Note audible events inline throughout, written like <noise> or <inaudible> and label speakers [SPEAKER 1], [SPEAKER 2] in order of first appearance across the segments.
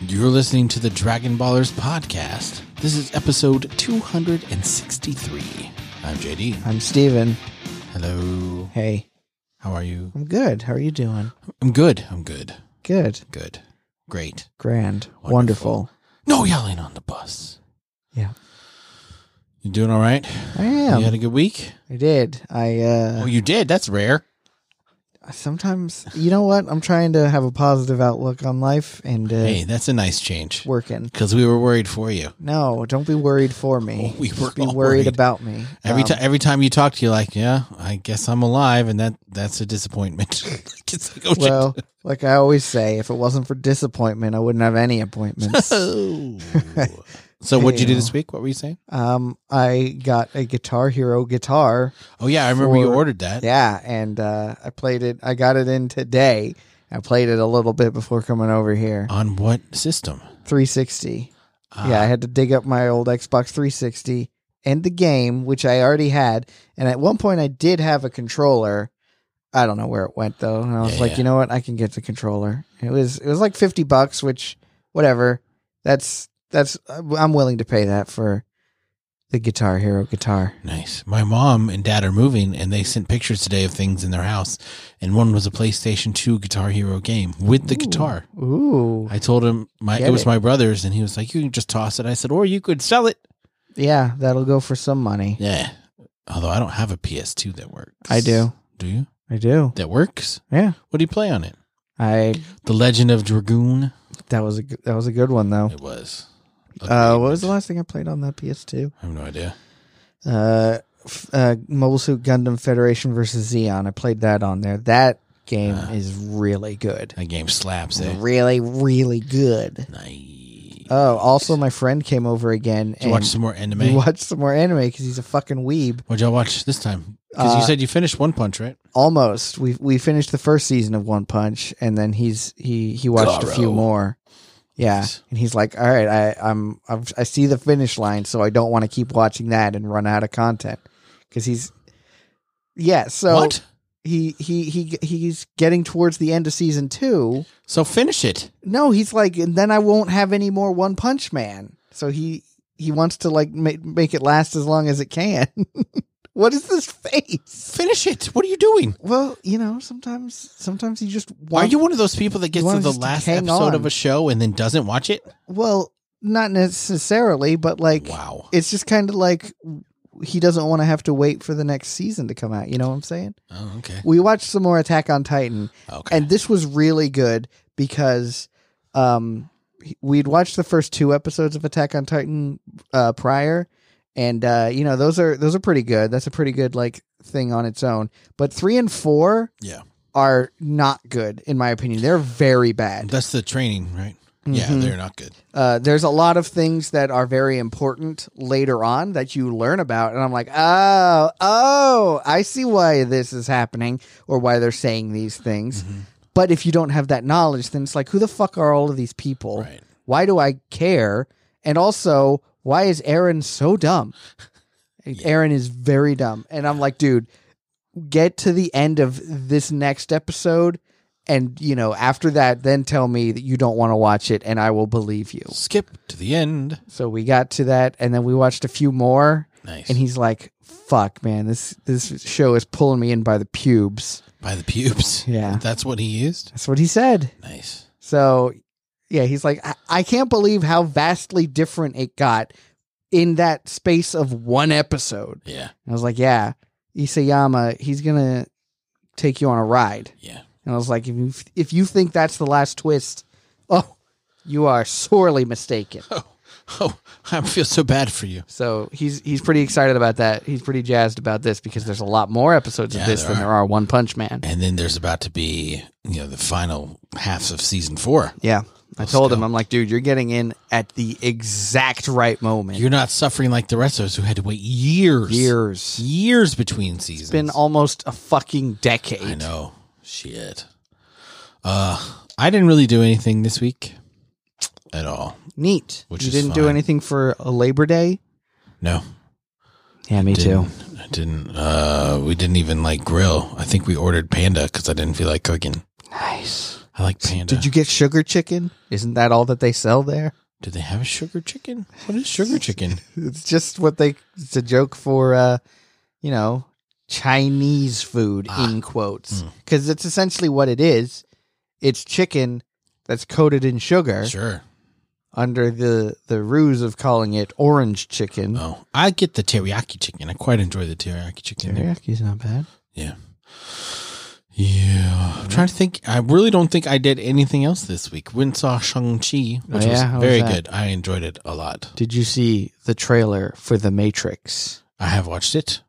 [SPEAKER 1] You're listening to the Dragon Ballers podcast. This is episode 263. I'm JD.
[SPEAKER 2] I'm Steven.
[SPEAKER 1] Hello.
[SPEAKER 2] Hey,
[SPEAKER 1] How are you?
[SPEAKER 2] I'm good. How are you doing?
[SPEAKER 1] I'm good. I'm good.
[SPEAKER 2] Good.
[SPEAKER 1] Good. Great.
[SPEAKER 2] Grand.
[SPEAKER 1] Wonderful.
[SPEAKER 2] Wonderful.
[SPEAKER 1] No yelling on the bus.
[SPEAKER 2] Yeah.
[SPEAKER 1] You doing all right?
[SPEAKER 2] I
[SPEAKER 1] You
[SPEAKER 2] am.
[SPEAKER 1] had a good week?
[SPEAKER 2] I did. I
[SPEAKER 1] Oh,
[SPEAKER 2] uh
[SPEAKER 1] you did. That's rare.
[SPEAKER 2] sometimes you know what? I'm trying to have a positive outlook on life and uh
[SPEAKER 1] Hey, that's a nice change.
[SPEAKER 2] working.
[SPEAKER 1] Because we were worried for you.
[SPEAKER 2] No, don't be worried for me.
[SPEAKER 1] Oh, We were
[SPEAKER 2] Just be
[SPEAKER 1] all
[SPEAKER 2] worried,
[SPEAKER 1] worried.
[SPEAKER 2] about me.
[SPEAKER 1] Every
[SPEAKER 2] Um,
[SPEAKER 1] time, every time you talk to you, like, yeah, I guess I'm alive, and that that's a disappointment. <laughs> It's like, oh, shit.
[SPEAKER 2] Well, like I always say, if it wasn't for disappointment, I wouldn't have
[SPEAKER 1] <laughs>
[SPEAKER 2] any appointments.
[SPEAKER 1] Oh. <laughs> so what'd
[SPEAKER 2] <laughs>
[SPEAKER 1] you do
[SPEAKER 2] Hey-o.
[SPEAKER 1] this week? What were you saying?
[SPEAKER 2] um, I got a Guitar Hero guitar.
[SPEAKER 1] Oh yeah, I remember you
[SPEAKER 2] For-
[SPEAKER 1] ordered that.
[SPEAKER 2] Yeah, and uh, I played it. I got it in today. I played it a little bit before coming over here.
[SPEAKER 1] On what system?
[SPEAKER 2] 360.
[SPEAKER 1] Oh. Ah,
[SPEAKER 2] yeah, I had to dig up my old Xbox 360 and the game, which I already had. And at one point, I did have a controller. I don't know where it went though. And I was
[SPEAKER 1] Yeah,
[SPEAKER 2] like,
[SPEAKER 1] yeah.
[SPEAKER 2] you know what? I can get the controller. It was it was like 50 bucks, which whatever. That's that's uh, I'm willing to pay that for the Guitar Hero guitar.
[SPEAKER 1] Nice. My mom and dad are moving, and they sent pictures today of things in their house, and one was a PlayStation Two Guitar Hero game with the
[SPEAKER 2] Ooh.
[SPEAKER 1] guitar.
[SPEAKER 2] Ooh.
[SPEAKER 1] I told him my
[SPEAKER 2] Get
[SPEAKER 1] it was
[SPEAKER 2] it.
[SPEAKER 1] my brother's, and he was like, "You can just toss it." I said, "Or you could sell it."
[SPEAKER 2] Yeah, that'll go for some money.
[SPEAKER 1] Yeah. Although I don't have a PS2 that works.
[SPEAKER 2] I do.
[SPEAKER 1] Do you?
[SPEAKER 2] I do.
[SPEAKER 1] That works.
[SPEAKER 2] Yeah.
[SPEAKER 1] What do you play on it?
[SPEAKER 2] I
[SPEAKER 1] The Legend of Dragoon.
[SPEAKER 2] that was a g- that was a good one though.
[SPEAKER 1] It was.
[SPEAKER 2] Uh, what was the
[SPEAKER 1] Agreement.
[SPEAKER 2] last thing I played on that PS2?
[SPEAKER 1] I have no idea.
[SPEAKER 2] Uh, f- uh, Mobile Suit Gundam Federation versus Zeon. I played that on there. That game
[SPEAKER 1] Ah.
[SPEAKER 2] is really good.
[SPEAKER 1] That game slaps. Eh?
[SPEAKER 2] Really, really good.
[SPEAKER 1] Nice.
[SPEAKER 2] Oh, also my friend came over again
[SPEAKER 1] Did you
[SPEAKER 2] and
[SPEAKER 1] watch some more anime?
[SPEAKER 2] we <laughs> watched some more anime because he's a fucking weeb.
[SPEAKER 1] What'd y'all watch this time? Because you
[SPEAKER 2] Uh,
[SPEAKER 1] said you finished One Punch, right?
[SPEAKER 2] Almost. We we finished the first season of One Punch, and then he's he he watched a few
[SPEAKER 1] Garo.
[SPEAKER 2] more. Yeah,
[SPEAKER 1] Nice.
[SPEAKER 2] and he's like, "All right, I, I'm I've, I see the finish line, so I don't want to keep watching that and run out of content because he's yeah." So
[SPEAKER 1] what?
[SPEAKER 2] he he he he's getting towards the end of season two.
[SPEAKER 1] So finish it.
[SPEAKER 2] No, he's like, and then I won't have any more One Punch Man. So he he wants to like make make it last as long as it can. <laughs> what is this face?
[SPEAKER 1] Finish it. What are you doing?
[SPEAKER 2] Well, you know, sometimes sometimes you just
[SPEAKER 1] Why are
[SPEAKER 2] want
[SPEAKER 1] you one of those people that gets
[SPEAKER 2] wanna
[SPEAKER 1] to the
[SPEAKER 2] just
[SPEAKER 1] last
[SPEAKER 2] hang
[SPEAKER 1] episode
[SPEAKER 2] on.
[SPEAKER 1] of a show and then doesn't watch it?
[SPEAKER 2] well, not necessarily, but like
[SPEAKER 1] Wow.
[SPEAKER 2] it's just kind of like he doesn't want to have to wait for the next season to come out, you know what I'm saying?
[SPEAKER 1] Oh, okay.
[SPEAKER 2] We watched some more Attack on Titan
[SPEAKER 1] Okay.
[SPEAKER 2] and this was really good because um we'd watched the first two episodes of Attack on Titan uh prior and uh you know those are those are pretty good. That's a pretty good like thing on its own. But 3 and 4
[SPEAKER 1] yeah.
[SPEAKER 2] are not good in my opinion. They're very bad.
[SPEAKER 1] That's the training, right? Yeah,
[SPEAKER 2] Mhm.
[SPEAKER 1] they're not good.
[SPEAKER 2] Uh, there's a lot of things that are very important later on that you learn about, and I'm like, oh, oh, I see why this is happening or why they're saying these things. But if you don't have that knowledge, then it's like, who the fuck are all of these people?
[SPEAKER 1] Right.
[SPEAKER 2] Why do I care? And also, why is Aaron so dumb? Aaron is very dumb, and I'm like, dude, get to the end of this next episode. And you know, after that, then tell me that you don't want to watch it, and I will believe you.
[SPEAKER 1] Skip to the end.
[SPEAKER 2] So we got to that, and then we watched a few more,
[SPEAKER 1] Nice.
[SPEAKER 2] and he's like, "Fuck, man, this this show is pulling me in by the pubes."
[SPEAKER 1] By the pubes.
[SPEAKER 2] <laughs> Yeah.
[SPEAKER 1] That's what he used.
[SPEAKER 2] That's what he said.
[SPEAKER 1] Nice.
[SPEAKER 2] So, yeah, he's like, I, "I can't believe how vastly different it got in that space of one episode."
[SPEAKER 1] Yeah.
[SPEAKER 2] And I was like, "Yeah, Isayama, he's gonna take you on a ride."
[SPEAKER 1] Yeah.
[SPEAKER 2] And I was like, "If you if you think that's the last twist, oh, you are
[SPEAKER 1] <laughs>
[SPEAKER 2] sorely mistaken."
[SPEAKER 1] Oh, oh, I feel so bad for you.
[SPEAKER 2] So he's he's pretty excited about that. He's pretty jazzed about this because there's a lot more episodes
[SPEAKER 1] Yeah,
[SPEAKER 2] of this
[SPEAKER 1] there
[SPEAKER 2] than
[SPEAKER 1] are.
[SPEAKER 2] there are One Punch Man.
[SPEAKER 1] And then there's about to be, you know, the final halves of season four.
[SPEAKER 2] Yeah. I
[SPEAKER 1] Let's
[SPEAKER 2] told him,
[SPEAKER 1] go.
[SPEAKER 2] I'm like, dude, you're getting in at the exact right moment.
[SPEAKER 1] You're not suffering like the rest of us who had to wait years,
[SPEAKER 2] Years.
[SPEAKER 1] years between seasons.
[SPEAKER 2] It's been almost a fucking decade.
[SPEAKER 1] I know. Shit. Uh, I didn't really do anything this week at all.
[SPEAKER 2] Neat.
[SPEAKER 1] Which
[SPEAKER 2] you
[SPEAKER 1] is
[SPEAKER 2] didn't do
[SPEAKER 1] fine.
[SPEAKER 2] anything for a Labor Day?
[SPEAKER 1] No,
[SPEAKER 2] Yeah, me
[SPEAKER 1] didn't. I didn't. Uh, we didn't even like grill. I think we ordered panda because I didn't feel like cooking.
[SPEAKER 2] Nice.
[SPEAKER 1] I like panda.
[SPEAKER 2] Did you get sugar chicken? Isn't that all that they sell there?
[SPEAKER 1] Do they have a sugar chicken? What is sugar chicken?
[SPEAKER 2] It's just what they. It's a joke for, uh, you know, Chinese food
[SPEAKER 1] Ah.
[SPEAKER 2] in quotes
[SPEAKER 1] Hmm.
[SPEAKER 2] because it's essentially what it is. It's chicken that's coated in sugar
[SPEAKER 1] Sure.
[SPEAKER 2] under the the ruse of calling it orange chicken.
[SPEAKER 1] Oh, I get the teriyaki chicken. I quite enjoy the teriyaki chicken. there.
[SPEAKER 2] Teriyaki not bad.
[SPEAKER 1] Yeah. Yeah. I'm trying to think. I really don't think I did anything else this week. Went saw Shang-Chi, which
[SPEAKER 2] Oh, yeah? How
[SPEAKER 1] was
[SPEAKER 2] was
[SPEAKER 1] very
[SPEAKER 2] that?
[SPEAKER 1] good. I enjoyed it a lot.
[SPEAKER 2] Did you see the trailer for The Matrix?
[SPEAKER 1] I have watched it.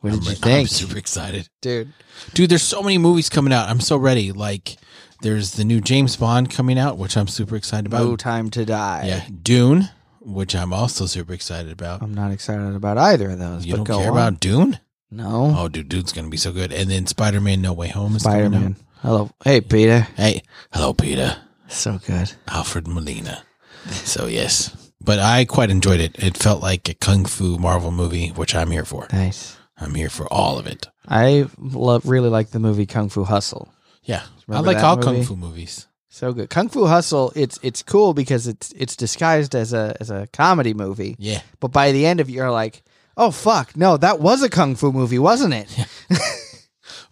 [SPEAKER 2] What did
[SPEAKER 1] I'm,
[SPEAKER 2] you
[SPEAKER 1] I'm
[SPEAKER 2] think,
[SPEAKER 1] super excited.
[SPEAKER 2] dude?
[SPEAKER 1] Dude, there's so many movies coming out. I'm so ready. Like, there's the new James Bond coming out, which I'm super excited about.
[SPEAKER 2] No time to die.
[SPEAKER 1] Yeah. Dune, which I'm also super excited about.
[SPEAKER 2] I'm not excited about either of those.
[SPEAKER 1] you
[SPEAKER 2] Um, but
[SPEAKER 1] don't
[SPEAKER 2] go
[SPEAKER 1] care
[SPEAKER 2] on.
[SPEAKER 1] about Dune?
[SPEAKER 2] no
[SPEAKER 1] Oh, dude, Dune's going to be so good. And then Spider-Man No Way Home is
[SPEAKER 2] Spider
[SPEAKER 1] coming out.
[SPEAKER 2] Man. Hello, hey Peter.
[SPEAKER 1] Hey, hello, Peter.
[SPEAKER 2] So good.
[SPEAKER 1] Alfred Molina. So yes, but I quite enjoyed it. It felt like a kung fu Marvel movie, which I'm here for.
[SPEAKER 2] Nice.
[SPEAKER 1] I'm here for all of it.
[SPEAKER 2] I love really like the movie Kung Fu Hustle.
[SPEAKER 1] Yeah,
[SPEAKER 2] Remember
[SPEAKER 1] I like
[SPEAKER 2] that
[SPEAKER 1] all kung
[SPEAKER 2] movie?
[SPEAKER 1] fu movies.
[SPEAKER 2] So good. Kung Fu Hustle, it's it's cool because it's it's disguised as a as a comedy movie.
[SPEAKER 1] Yeah,
[SPEAKER 2] But by the end of it you're like, "Oh fuck, no, that was a kung fu movie, wasn't it?"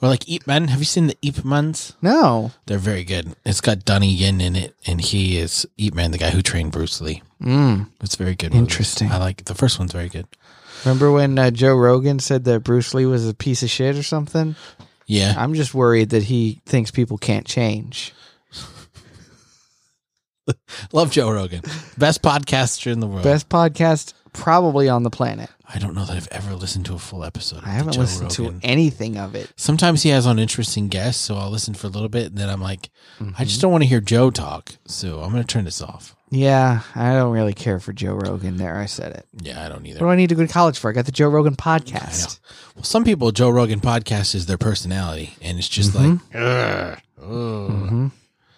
[SPEAKER 1] or like Ip Man. Have you seen the Ip Mans?
[SPEAKER 2] no.
[SPEAKER 1] They're very good. It's got Donnie Yen in it, and he is Ip Man, the guy who trained Bruce Lee.
[SPEAKER 2] Mm.
[SPEAKER 1] It's very good. movies.
[SPEAKER 2] Interesting.
[SPEAKER 1] I like the first one's very good.
[SPEAKER 2] Remember when uh, Joe Rogan said that Bruce Lee was a piece of shit or something?
[SPEAKER 1] Yeah,
[SPEAKER 2] I'm just worried that he thinks people can't change.
[SPEAKER 1] love Joe Rogan, best podcaster in the world.
[SPEAKER 2] Best podcast probably on the planet.
[SPEAKER 1] I don't know that I've ever listened to a full episode. Of
[SPEAKER 2] I haven't listened
[SPEAKER 1] Rogan.
[SPEAKER 2] to anything of it.
[SPEAKER 1] sometimes he has on interesting guests, so I'll listen for a little bit, and then I'm like, I
[SPEAKER 2] Mm-hmm.
[SPEAKER 1] just don't want to hear Joe talk, so I'm going to turn this off.
[SPEAKER 2] Yeah, I don't really care for Joe Rogan there. I said it.
[SPEAKER 1] Yeah, I don't either.
[SPEAKER 2] What do I need to go to college for? I got the Joe Rogan
[SPEAKER 1] I know.
[SPEAKER 2] podcast.
[SPEAKER 1] Well, some people, Joe Rogan podcast is their personality, and it's just like,
[SPEAKER 2] Mm-hmm.
[SPEAKER 1] "Ugh, ugh."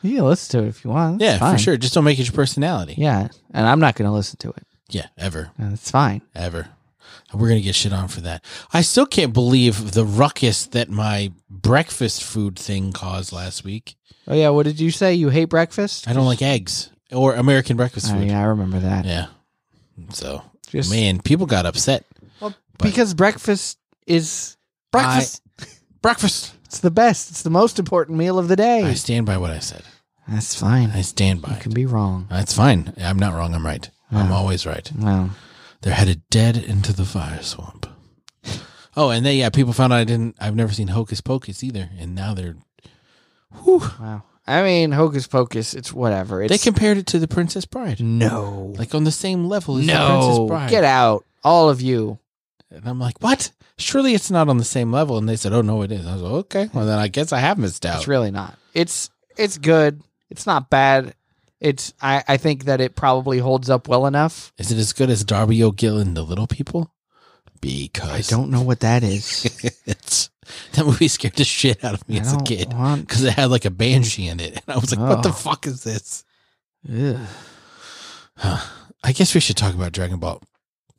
[SPEAKER 2] You can listen to it if you want. That's
[SPEAKER 1] yeah,
[SPEAKER 2] Mm-hmm. fine.
[SPEAKER 1] for sure. Just don't make it your personality. Yeah,
[SPEAKER 2] Yeah, and I'm not going to listen to it.
[SPEAKER 1] ever,
[SPEAKER 2] Uh, That's fine.
[SPEAKER 1] ever. We're going to get shit on for that. I still can't believe the ruckus that my breakfast food thing caused last week.
[SPEAKER 2] Oh yeah, what did you say? You hate breakfast?
[SPEAKER 1] I don't like eggs or American breakfast
[SPEAKER 2] Oh,
[SPEAKER 1] food.
[SPEAKER 2] yeah, I remember that.
[SPEAKER 1] Yeah. So,
[SPEAKER 2] Just-
[SPEAKER 1] man, people got upset.
[SPEAKER 2] Well,
[SPEAKER 1] But-
[SPEAKER 2] because breakfast is breakfast.
[SPEAKER 1] Breakfast.
[SPEAKER 2] it's the best. It's the most important meal of the
[SPEAKER 1] I
[SPEAKER 2] day.
[SPEAKER 1] stand by what I said.
[SPEAKER 2] That's fine.
[SPEAKER 1] I stand by
[SPEAKER 2] You
[SPEAKER 1] it.
[SPEAKER 2] can be wrong.
[SPEAKER 1] That's fine. I'm not wrong. I'm right. I'm
[SPEAKER 2] Uh-huh.
[SPEAKER 1] always right.
[SPEAKER 2] Well,
[SPEAKER 1] They're headed dead into the fire swamp. Oh, and they yeah, people found out I didn't. I've never seen Hocus Pocus either, and now they're. Whew,
[SPEAKER 2] wow. I mean, hocus pocus. It's whatever. It's
[SPEAKER 1] they compared it to the Princess Bride,
[SPEAKER 2] no,
[SPEAKER 1] like on the same level as the Princess
[SPEAKER 2] no.
[SPEAKER 1] Bride.
[SPEAKER 2] Get out, all of you.
[SPEAKER 1] And I'm like, what? Surely it's not on the same level. And they said, oh no, it is. I was like, okay, well then I guess I have missed out.
[SPEAKER 2] It's really not. It's it's good. It's not bad. It's I, I think that it probably holds up well enough.
[SPEAKER 1] is it as good as Darby O'Gill and the Little People? Because
[SPEAKER 2] know what that is.
[SPEAKER 1] <laughs> it's that movie scared the shit out of me
[SPEAKER 2] <laughs> I
[SPEAKER 1] as a
[SPEAKER 2] don't
[SPEAKER 1] kid
[SPEAKER 2] want- <laughs>
[SPEAKER 1] because it had like a banshee in it, and I was like, "What the
[SPEAKER 2] Oh.
[SPEAKER 1] fuck is this?"
[SPEAKER 2] Ugh.
[SPEAKER 1] I guess we should talk about Dragon Ball,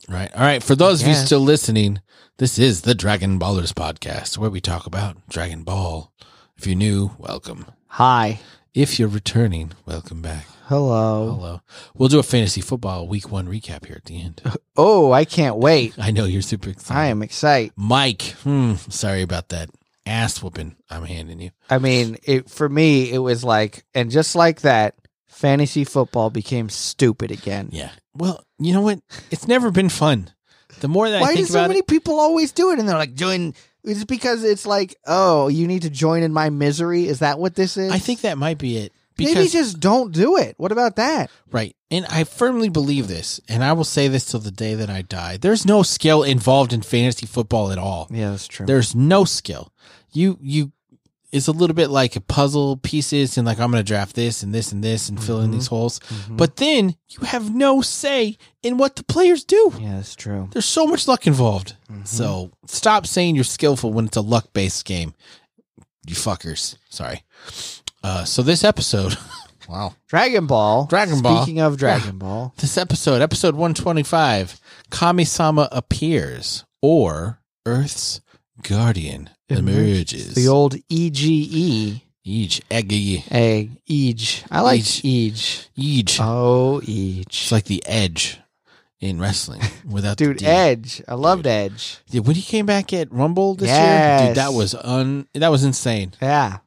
[SPEAKER 1] right? All right, for those of you
[SPEAKER 2] guess.
[SPEAKER 1] still listening, this is the Dragon Ballers podcast where we talk about Dragon Ball. If you're new, welcome.
[SPEAKER 2] Hi.
[SPEAKER 1] If you're returning, welcome back.
[SPEAKER 2] Hello.
[SPEAKER 1] Hello. We'll do a fantasy football week one recap here at the
[SPEAKER 2] <laughs>
[SPEAKER 1] end.
[SPEAKER 2] Oh, I can't wait.
[SPEAKER 1] I know you're super excited.
[SPEAKER 2] I am excited.
[SPEAKER 1] Mike. Hmm, sorry about that ass whooping. I'm handing you.
[SPEAKER 2] I mean, it for me it was like and just like that, fantasy football became stupid again.
[SPEAKER 1] Yeah. Well, you know what? It's never been fun. The more that I
[SPEAKER 2] Why do
[SPEAKER 1] think
[SPEAKER 2] so
[SPEAKER 1] about
[SPEAKER 2] many
[SPEAKER 1] it,
[SPEAKER 2] people always do it and they're like join it's because it's like, oh, you need to join in my misery. Is that what this is?
[SPEAKER 1] I think that might be it.
[SPEAKER 2] Maybe
[SPEAKER 1] Because
[SPEAKER 2] just don't do it. What about that?
[SPEAKER 1] right, and I firmly believe this, and I will say this till the day that I die. There's no skill involved in fantasy football at all.
[SPEAKER 2] Yeah, that's true.
[SPEAKER 1] There's no skill. You you it's a little bit like a puzzle pieces and like I'm going to draft this and this and this and fill in
[SPEAKER 2] Mm-hmm.
[SPEAKER 1] these holes. But then you have no say in what the players do.
[SPEAKER 2] yeah, that's true.
[SPEAKER 1] There's so much luck involved. Mm-hmm.
[SPEAKER 2] Mm-hmm.
[SPEAKER 1] So stop saying you're skillful when it's a luck based game. You fuckers. Sorry. Uh, so this episode, <laughs> wow.
[SPEAKER 2] Dragon Ball.
[SPEAKER 1] Dragon Ball.
[SPEAKER 2] Speaking of Dragon Ball,
[SPEAKER 1] This episode, episode 125, Kami-sama appears or Earth's guardian emerges.
[SPEAKER 2] E the old EGE
[SPEAKER 1] Eej, eggy,
[SPEAKER 2] Hey, Eej. I like
[SPEAKER 1] Eej.
[SPEAKER 2] Eej.
[SPEAKER 1] eej.
[SPEAKER 2] Oh, Eej.
[SPEAKER 1] It's like the edge in
[SPEAKER 2] <laughs>
[SPEAKER 1] wrestling without the
[SPEAKER 2] Dude,
[SPEAKER 1] D.
[SPEAKER 2] Edge. I loved Edge.
[SPEAKER 1] Yeah, when he came back at Rumble this year,
[SPEAKER 2] Yes.
[SPEAKER 1] dude, that was un that was insane.
[SPEAKER 2] Yeah.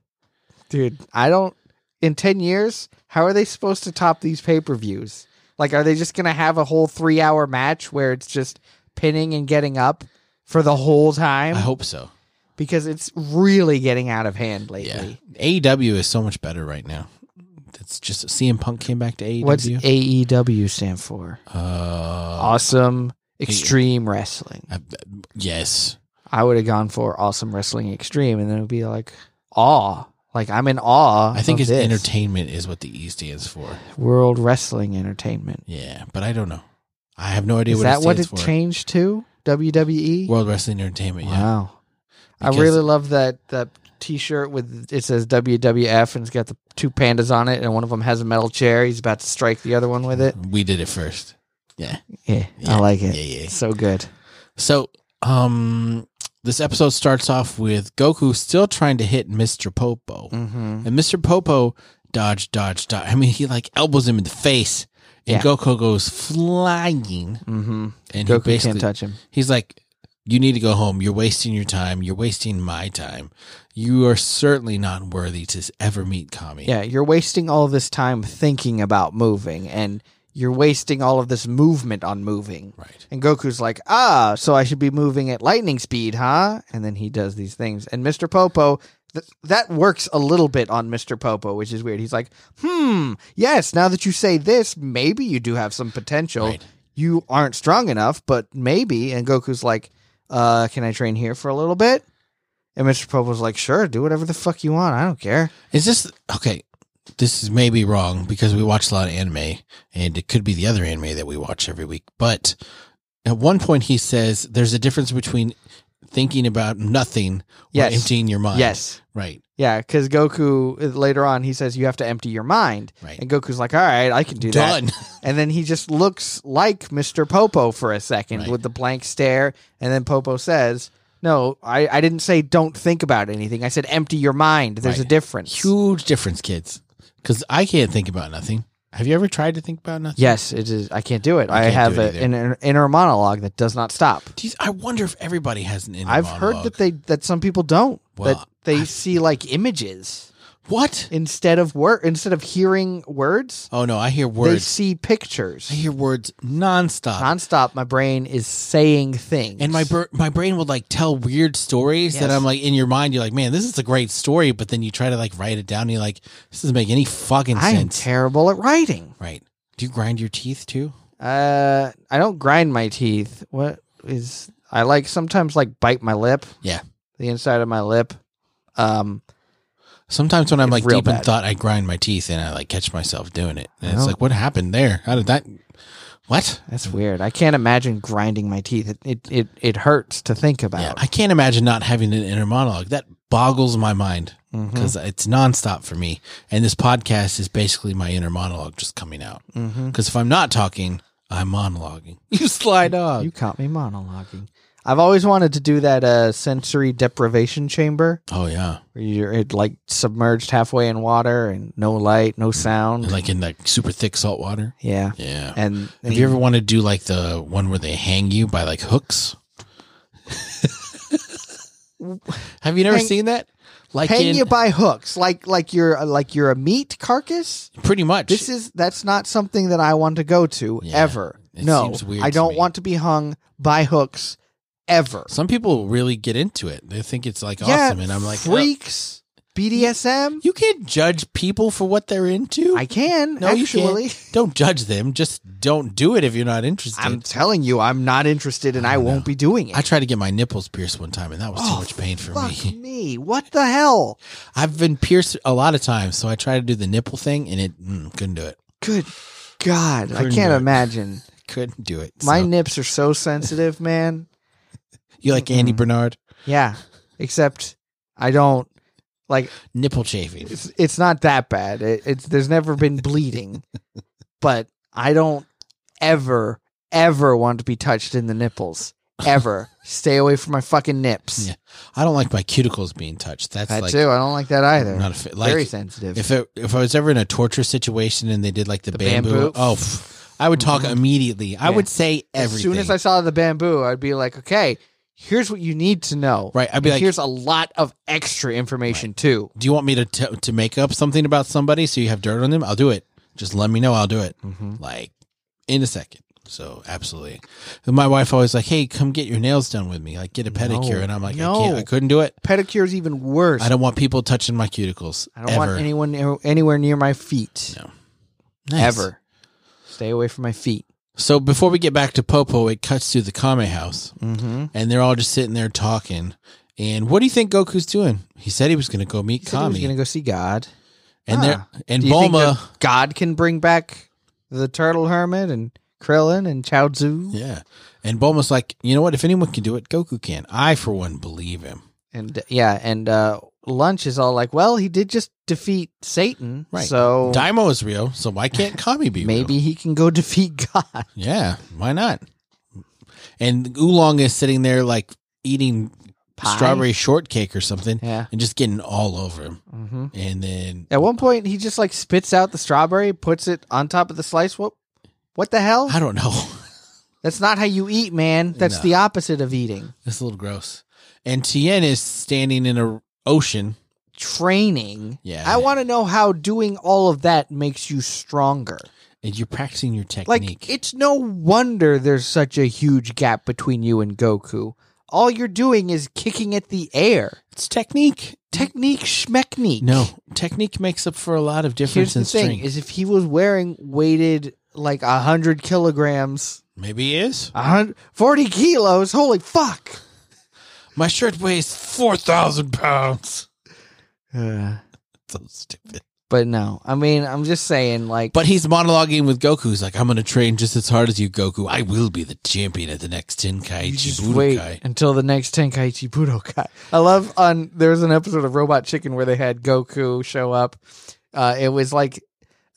[SPEAKER 2] Dude, I don't in 10 years, how are they supposed to top these pay-per-views? Like are they just going to have a whole 3-hour match where it's just pinning and getting up for the whole time
[SPEAKER 1] I hope so.
[SPEAKER 2] because it's really getting out of hand
[SPEAKER 1] Yeah,
[SPEAKER 2] lately.
[SPEAKER 1] AEW is so much better right now. That's just CM Punk came back to AEW.
[SPEAKER 2] What's AEW stand for?
[SPEAKER 1] uh,
[SPEAKER 2] Awesome Extreme Wrestling.
[SPEAKER 1] I- yes,
[SPEAKER 2] I would have gone for Awesome Wrestling Extreme and then it would be like awe. Like I'm in awe.
[SPEAKER 1] I think
[SPEAKER 2] of
[SPEAKER 1] it's
[SPEAKER 2] this.
[SPEAKER 1] entertainment is what the E stands for.
[SPEAKER 2] World Wrestling Entertainment.
[SPEAKER 1] Yeah, but I don't know. I have no idea
[SPEAKER 2] Is
[SPEAKER 1] what
[SPEAKER 2] that
[SPEAKER 1] it
[SPEAKER 2] what
[SPEAKER 1] stands
[SPEAKER 2] it
[SPEAKER 1] for.
[SPEAKER 2] changed to? WWE.
[SPEAKER 1] World Wrestling Entertainment. Yeah,
[SPEAKER 2] Wow, I
[SPEAKER 1] Because-
[SPEAKER 2] really love that that T-shirt with it says WWF and it's got the two pandas on it, and one of them has a metal chair. He's about to strike the other one with it.
[SPEAKER 1] we did it first. Yeah,
[SPEAKER 2] Yeah,
[SPEAKER 1] Yeah.
[SPEAKER 2] I like it.
[SPEAKER 1] yeah, yeah.
[SPEAKER 2] It's so good.
[SPEAKER 1] So, um, this episode starts off with Goku still trying to hit Mr. Popo.
[SPEAKER 2] Mm-hmm.
[SPEAKER 1] And Mr. Popo dodge, dodge, dodge. I mean, he like elbows him in the face, and
[SPEAKER 2] Yeah.
[SPEAKER 1] Goku goes flying.
[SPEAKER 2] Mm-hmm.
[SPEAKER 1] And he
[SPEAKER 2] Goku
[SPEAKER 1] basically,
[SPEAKER 2] can't touch him.
[SPEAKER 1] he's like, "You need to go home. You're wasting your time. You're wasting my time. You are certainly not worthy to ever meet Kami."
[SPEAKER 2] Yeah, you're wasting all this time thinking about moving, and you're wasting all of this movement on moving.
[SPEAKER 1] right.
[SPEAKER 2] And Goku's like, ah, so I should be moving at lightning speed, huh? And then he does these things. And Mr. Popo, th- that works a little bit on Mr. Popo, which is weird. He's like, hmm, yes, now that you say this, maybe you do have some potential.
[SPEAKER 1] Right.
[SPEAKER 2] You aren't strong enough, but maybe. And Goku's like, uh, can I train here for a little bit? And Mr. Popo's like, sure, do whatever the fuck you want. I don't care.
[SPEAKER 1] Is this okay? This is maybe wrong because we watch a lot of anime, and it could be the other anime that we watch every week. But at one point, he says there's a difference between thinking about nothing
[SPEAKER 2] Yes.
[SPEAKER 1] or emptying your mind.
[SPEAKER 2] Yes.
[SPEAKER 1] Right.
[SPEAKER 2] Yeah, because Goku uh, later on he says you have to empty your mind,
[SPEAKER 1] Right.
[SPEAKER 2] and Goku's like, "All right, I can do that."
[SPEAKER 1] Done. <laughs>
[SPEAKER 2] And then he just looks like Mr. Popo for a second
[SPEAKER 1] Right.
[SPEAKER 2] with the blank stare. And then Popo says, No, I, I didn't say don't think about anything. I said empty your mind. There's
[SPEAKER 1] Right.
[SPEAKER 2] a difference.
[SPEAKER 1] Huge difference, kids. Because I can't think about nothing. Have you ever tried to think about nothing?
[SPEAKER 2] Yes, it is. I can't do it. I,
[SPEAKER 1] can't
[SPEAKER 2] have
[SPEAKER 1] do it either.
[SPEAKER 2] a, an, an inner monologue that does not stop.
[SPEAKER 1] Geez, I wonder if everybody has an inner
[SPEAKER 2] I've heard
[SPEAKER 1] monologue.
[SPEAKER 2] that they that some people don't.
[SPEAKER 1] Well,
[SPEAKER 2] that they
[SPEAKER 1] I-
[SPEAKER 2] see like images
[SPEAKER 1] What?
[SPEAKER 2] instead of word instead of hearing words.
[SPEAKER 1] Oh no, I hear
[SPEAKER 2] They
[SPEAKER 1] words.
[SPEAKER 2] see pictures.
[SPEAKER 1] I hear words nonstop.
[SPEAKER 2] Nonstop, my brain is saying things.
[SPEAKER 1] and my br- my brain would like tell weird stories that
[SPEAKER 2] Yes.
[SPEAKER 1] I'm like in your mind. You're like, man, this is a great story, but then you try to like write it down. and You're like, this doesn't make any fucking
[SPEAKER 2] I am
[SPEAKER 1] sense.
[SPEAKER 2] terrible at writing.
[SPEAKER 1] right? Do you grind your teeth too?
[SPEAKER 2] Uh, I don't grind my teeth. What is I like sometimes like bite my lip.
[SPEAKER 1] Yeah.
[SPEAKER 2] The inside of my lip. Um,
[SPEAKER 1] Sometimes when I'm like
[SPEAKER 2] It's real
[SPEAKER 1] deep in
[SPEAKER 2] bad. Oh.
[SPEAKER 1] thought, I grind my teeth and I like catch myself doing it. And
[SPEAKER 2] Well.
[SPEAKER 1] it's like, what happened there? How did that? What?
[SPEAKER 2] that's weird. I can't imagine grinding my teeth. It it it, it hurts to think
[SPEAKER 1] Yeah,
[SPEAKER 2] about.
[SPEAKER 1] I can't imagine not having an inner monologue. That boggles my mind
[SPEAKER 2] Mhm,
[SPEAKER 1] because it's nonstop for me. And this podcast is basically my inner monologue just coming out.
[SPEAKER 2] mhm.
[SPEAKER 1] Because if I'm not talking, I'm monologuing. <laughs> You sly dog.
[SPEAKER 2] You caught me monologuing. I've always wanted to do that uh sensory deprivation chamber
[SPEAKER 1] oh yeah,
[SPEAKER 2] where you're it, like submerged halfway in water and no light, no sound.
[SPEAKER 1] Mm. like in that super thick salt water.
[SPEAKER 2] Mm-hmm. yeah.
[SPEAKER 1] Yeah.
[SPEAKER 2] And,
[SPEAKER 1] Have you ever want to do like the one where they hang you by like hooks?
[SPEAKER 2] <laughs>
[SPEAKER 1] Have you never
[SPEAKER 2] Hang-
[SPEAKER 1] seen that? Like
[SPEAKER 2] hang
[SPEAKER 1] in,
[SPEAKER 2] you by hooks, like like you're like you're a meat carcass?
[SPEAKER 1] pretty much.
[SPEAKER 2] This is that's not something that I want to go to
[SPEAKER 1] Yeah,
[SPEAKER 2] ever.
[SPEAKER 1] it
[SPEAKER 2] No,
[SPEAKER 1] seems weird
[SPEAKER 2] I
[SPEAKER 1] to
[SPEAKER 2] don't
[SPEAKER 1] me.
[SPEAKER 2] want to be hung by hooks ever.
[SPEAKER 1] Some people really get into it. They think it's like
[SPEAKER 2] yeah,
[SPEAKER 1] awesome, and I'm like, "Oh,
[SPEAKER 2] freaks, BDSM.
[SPEAKER 1] You can't judge people for what they're into.
[SPEAKER 2] I can
[SPEAKER 1] No, you
[SPEAKER 2] actually.
[SPEAKER 1] don't judge them. Just don't do it if you're not interested.
[SPEAKER 2] I'm telling you, I'm not interested, and I,
[SPEAKER 1] I
[SPEAKER 2] won't
[SPEAKER 1] know.
[SPEAKER 2] be doing it.
[SPEAKER 1] I tried to get my nipples pierced one time, and that was too
[SPEAKER 2] Oh,
[SPEAKER 1] much pain for
[SPEAKER 2] Fuck
[SPEAKER 1] me.
[SPEAKER 2] me! What the hell?
[SPEAKER 1] <laughs> I've been pierced a lot of times, so I tried to do the nipple thing, and it mm, couldn't do it.
[SPEAKER 2] Good God! I
[SPEAKER 1] Couldn't
[SPEAKER 2] can't
[SPEAKER 1] do it.
[SPEAKER 2] imagine.
[SPEAKER 1] Couldn't do it.
[SPEAKER 2] My
[SPEAKER 1] So-
[SPEAKER 2] nips are so sensitive, man.
[SPEAKER 1] you like Andy
[SPEAKER 2] Mm-mm.
[SPEAKER 1] Bernard?
[SPEAKER 2] Yeah, except I don't like.
[SPEAKER 1] Nipple chafing.
[SPEAKER 2] it's it's not that bad. It, it's there's never
[SPEAKER 1] <laughs>
[SPEAKER 2] been bleeding, but I don't ever ever want to be touched in the nipples ever. Stay away from my fucking nips.
[SPEAKER 1] Yeah. I don't like my cuticles being touched. That's
[SPEAKER 2] That
[SPEAKER 1] like
[SPEAKER 2] too. I don't like that either.
[SPEAKER 1] not a fa-
[SPEAKER 2] Very
[SPEAKER 1] like
[SPEAKER 2] sensitive.
[SPEAKER 1] if it, if I was ever in a torture situation and they did like the,
[SPEAKER 2] The
[SPEAKER 1] bamboo,
[SPEAKER 2] bamboo.
[SPEAKER 1] oh, pff, I would talk
[SPEAKER 2] Mhm.
[SPEAKER 1] immediately. I
[SPEAKER 2] Yeah.
[SPEAKER 1] would say
[SPEAKER 2] as
[SPEAKER 1] everything.
[SPEAKER 2] soon as I saw the bamboo, I'd be like, okay, here's what you need to know.
[SPEAKER 1] right, I'd be
[SPEAKER 2] And
[SPEAKER 1] like,
[SPEAKER 2] here's a lot of extra information too.
[SPEAKER 1] "Do you want me to t- to make up something about somebody so you have dirt on them? I'll do it. Just let me know. I'll do it. Like in a second. So absolutely. And my wife always like, hey, come get your nails done with me. Like get a
[SPEAKER 2] No.
[SPEAKER 1] pedicure, and I'm like, I
[SPEAKER 2] No.
[SPEAKER 1] can't. I couldn't do it.
[SPEAKER 2] Pedicure is even worse.
[SPEAKER 1] I don't want people touching my cuticles.
[SPEAKER 2] I don't
[SPEAKER 1] ever.
[SPEAKER 2] want anyone near- anywhere near my feet
[SPEAKER 1] No. Nice.
[SPEAKER 2] ever. Stay away from my feet.
[SPEAKER 1] So before we get back to Popo, it cuts to the Kame house,
[SPEAKER 2] Mm-hmm.
[SPEAKER 1] and they're all just sitting there talking. And what do you think Goku's doing? He said he was going to go meet
[SPEAKER 2] He said he
[SPEAKER 1] Kami,
[SPEAKER 2] was gonna go see God.
[SPEAKER 1] and
[SPEAKER 2] Ah.
[SPEAKER 1] they're and
[SPEAKER 2] Do you think
[SPEAKER 1] Bulma.
[SPEAKER 2] that God can bring back the turtle hermit and Krillin and Chaozu
[SPEAKER 1] Yeah, and Bulma's like, you know what? If anyone can do it, Goku can. I, for one, believe him.
[SPEAKER 2] and yeah, and uh, Lunch is all like, well, he did just defeat Satan,
[SPEAKER 1] Right.
[SPEAKER 2] So
[SPEAKER 1] Daimo is real, so why
[SPEAKER 2] <laughs>
[SPEAKER 1] can't Kami be real?
[SPEAKER 2] Oh. maybe he can go <laughs> defeat God.
[SPEAKER 1] Yeah, why not? And Oolong is sitting there like eating
[SPEAKER 2] Pie?
[SPEAKER 1] strawberry shortcake or something,
[SPEAKER 2] Yeah.
[SPEAKER 1] and just getting all over him.
[SPEAKER 2] Mm-hmm.
[SPEAKER 1] And then
[SPEAKER 2] At one point, he just like spits out the strawberry, puts it on top of the slice. What? What the hell?
[SPEAKER 1] I don't know.
[SPEAKER 2] That's not how you eat, man. That's
[SPEAKER 1] No.
[SPEAKER 2] the opposite of eating.
[SPEAKER 1] That's a little gross. And Tien is standing in a ocean.
[SPEAKER 2] Training.
[SPEAKER 1] Yeah.
[SPEAKER 2] I want to know how doing all of that makes you stronger.
[SPEAKER 1] And you're practicing your
[SPEAKER 2] Like,
[SPEAKER 1] technique.
[SPEAKER 2] it's no wonder there's such a huge gap between you and Goku. All you're doing is kicking at the air.
[SPEAKER 1] it's technique.
[SPEAKER 2] Technique schmecknique.
[SPEAKER 1] No, technique makes up for a lot of difference
[SPEAKER 2] Here's
[SPEAKER 1] in
[SPEAKER 2] the thing:
[SPEAKER 1] strength.
[SPEAKER 2] is if he was wearing weighted like a hundred kilograms,
[SPEAKER 1] Maybe he is.
[SPEAKER 2] a hundred forty kilos. Holy fuck!
[SPEAKER 1] My shirt weighs 4,000 pounds. <laughs>
[SPEAKER 2] Uh,
[SPEAKER 1] So stupid.
[SPEAKER 2] but no, I mean, I'm just saying, like,
[SPEAKER 1] But he's monologuing with Goku. He's like, I'm going to train just as hard as you, Goku. I will be the champion at the next
[SPEAKER 2] you
[SPEAKER 1] Tenkaichi
[SPEAKER 2] just wait
[SPEAKER 1] Budokai.
[SPEAKER 2] until the next Tenkaichi Budokai. <laughs> I love on there was an episode of Robot Chicken where they had Goku show up. Uh, it was like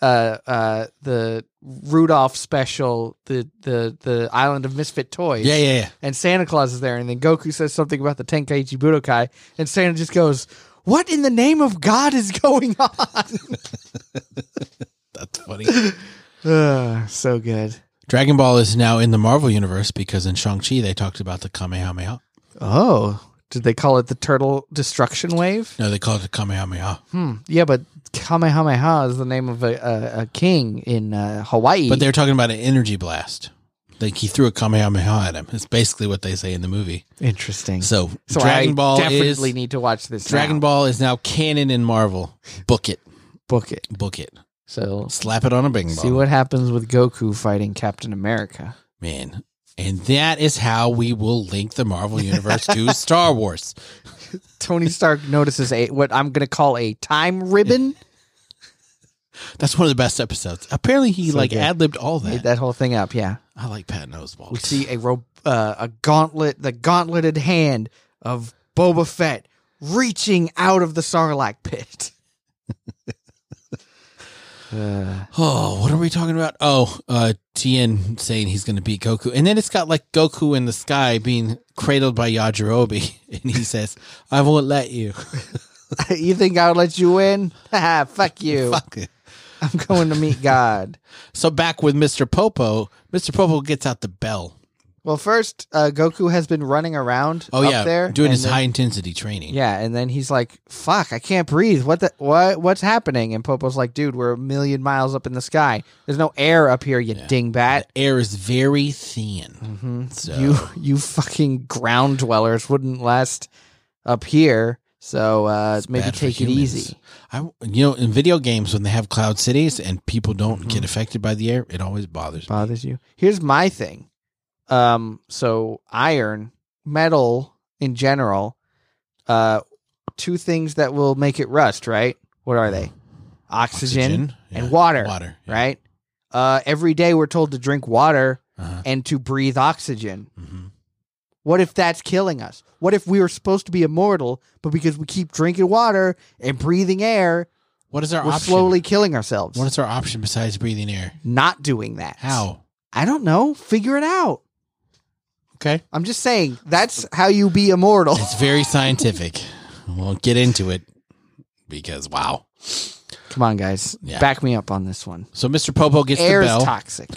[SPEAKER 2] uh, uh, the Rudolph special, the the the Island of Misfit Toys.
[SPEAKER 1] Yeah, yeah, yeah.
[SPEAKER 2] and Santa Claus is there, and then Goku says something about the Tenkaichi Budokai, and Santa just goes, "What in the name of God is <laughs> going on?"
[SPEAKER 1] That's funny.
[SPEAKER 2] <laughs> Ugh, so good.
[SPEAKER 1] Dragon Ball is now in the Marvel Universe because in Shang-Chi they talked about the Kamehameha.
[SPEAKER 2] Oh, did they call it the Turtle Destruction Wave?
[SPEAKER 1] No, they called it the Kamehameha.
[SPEAKER 2] Hmm. Yeah, but Kamehameha is the name of a, a, a king in uh, Hawaii.
[SPEAKER 1] But they're talking about an energy blast. Like he threw a Kamehameha at him. It's basically what they say in the movie.
[SPEAKER 2] interesting. So,
[SPEAKER 1] So, Dragon
[SPEAKER 2] I
[SPEAKER 1] Ball
[SPEAKER 2] definitely
[SPEAKER 1] is
[SPEAKER 2] need to watch this.
[SPEAKER 1] Dragon
[SPEAKER 2] now.
[SPEAKER 1] Ball is now canon in Marvel. Book it,
[SPEAKER 2] book it.
[SPEAKER 1] book it.
[SPEAKER 2] So
[SPEAKER 1] Slap it on a bing
[SPEAKER 2] see
[SPEAKER 1] bong,
[SPEAKER 2] what happens with Goku fighting Captain America.
[SPEAKER 1] man. And that is how we will link the Marvel universe
[SPEAKER 2] <laughs>
[SPEAKER 1] to Star Wars. <laughs>
[SPEAKER 2] Tony Stark notices a what I'm going to call a time ribbon.
[SPEAKER 1] That's one of the best episodes. Apparently, he
[SPEAKER 2] So
[SPEAKER 1] like
[SPEAKER 2] good.
[SPEAKER 1] ad libbed all <laughs>
[SPEAKER 2] Made
[SPEAKER 1] that.
[SPEAKER 2] that whole thing up. Yeah,
[SPEAKER 1] I like Patton Oswalt.
[SPEAKER 2] we see a ro- uh, a gauntlet, the gauntleted hand of Boba Fett reaching out of the Sarlacc
[SPEAKER 1] <laughs>
[SPEAKER 2] pit. Uh,
[SPEAKER 1] Oh, what are we talking about? Oh, uh, Tien saying he's going to beat Goku. And then it's got like Goku in the sky being cradled by Yajirobe. <laughs> And he says, I won't let you. <laughs>
[SPEAKER 2] <laughs> you think I would let you win? <laughs> Haha, Fuck you!
[SPEAKER 1] <laughs> Fuck it.
[SPEAKER 2] I'm going to meet God.
[SPEAKER 1] So back with Mr. Popo, Mr. Popo gets out the bell.
[SPEAKER 2] Well, first, uh, Goku has been running around.
[SPEAKER 1] Oh,
[SPEAKER 2] up
[SPEAKER 1] yeah.
[SPEAKER 2] there
[SPEAKER 1] doing
[SPEAKER 2] and
[SPEAKER 1] his
[SPEAKER 2] then-
[SPEAKER 1] high intensity training.
[SPEAKER 2] Yeah, and then he's like, "Fuck, I can't breathe. What the what what's happening?" And Popo's like, "Dude, we're a million miles up in the sky. There's no air up here, you dingbat.
[SPEAKER 1] Air is very thin.
[SPEAKER 2] hmm
[SPEAKER 1] So
[SPEAKER 2] You you fucking ground dwellers wouldn't last up here. So uh, maybe
[SPEAKER 1] bad for
[SPEAKER 2] take it
[SPEAKER 1] humans.
[SPEAKER 2] easy.
[SPEAKER 1] I, you know, in video games, when they have cloud cities and people don't
[SPEAKER 2] Mm-hmm.
[SPEAKER 1] get affected by the air, it always bothers me.
[SPEAKER 2] Bothers you? Here's my thing. Um, so iron, metal in general, uh, two things that will make it rust. Right? What are they? Oxygen, and
[SPEAKER 1] yeah.
[SPEAKER 2] water.
[SPEAKER 1] Water. yeah.
[SPEAKER 2] right? Uh, every day we're told to drink water
[SPEAKER 1] Uh-huh.
[SPEAKER 2] and to breathe oxygen.
[SPEAKER 1] hmm
[SPEAKER 2] What if that's killing us? What if we were supposed to be immortal, but because we keep drinking water and breathing air,
[SPEAKER 1] What is our
[SPEAKER 2] we're
[SPEAKER 1] option?
[SPEAKER 2] slowly killing ourselves?
[SPEAKER 1] What is our option besides breathing air?
[SPEAKER 2] Not doing that.
[SPEAKER 1] How?
[SPEAKER 2] I don't know. Figure it out.
[SPEAKER 1] Okay.
[SPEAKER 2] I'm just saying that's how you be immortal.
[SPEAKER 1] It's very scientific. we'll get into it because wow.
[SPEAKER 2] <laughs> Come on, guys,
[SPEAKER 1] Yeah.
[SPEAKER 2] back me up on this one.
[SPEAKER 1] So Mr. Popo gets
[SPEAKER 2] Air
[SPEAKER 1] the
[SPEAKER 2] is
[SPEAKER 1] bell. <laughs>
[SPEAKER 2] toxic.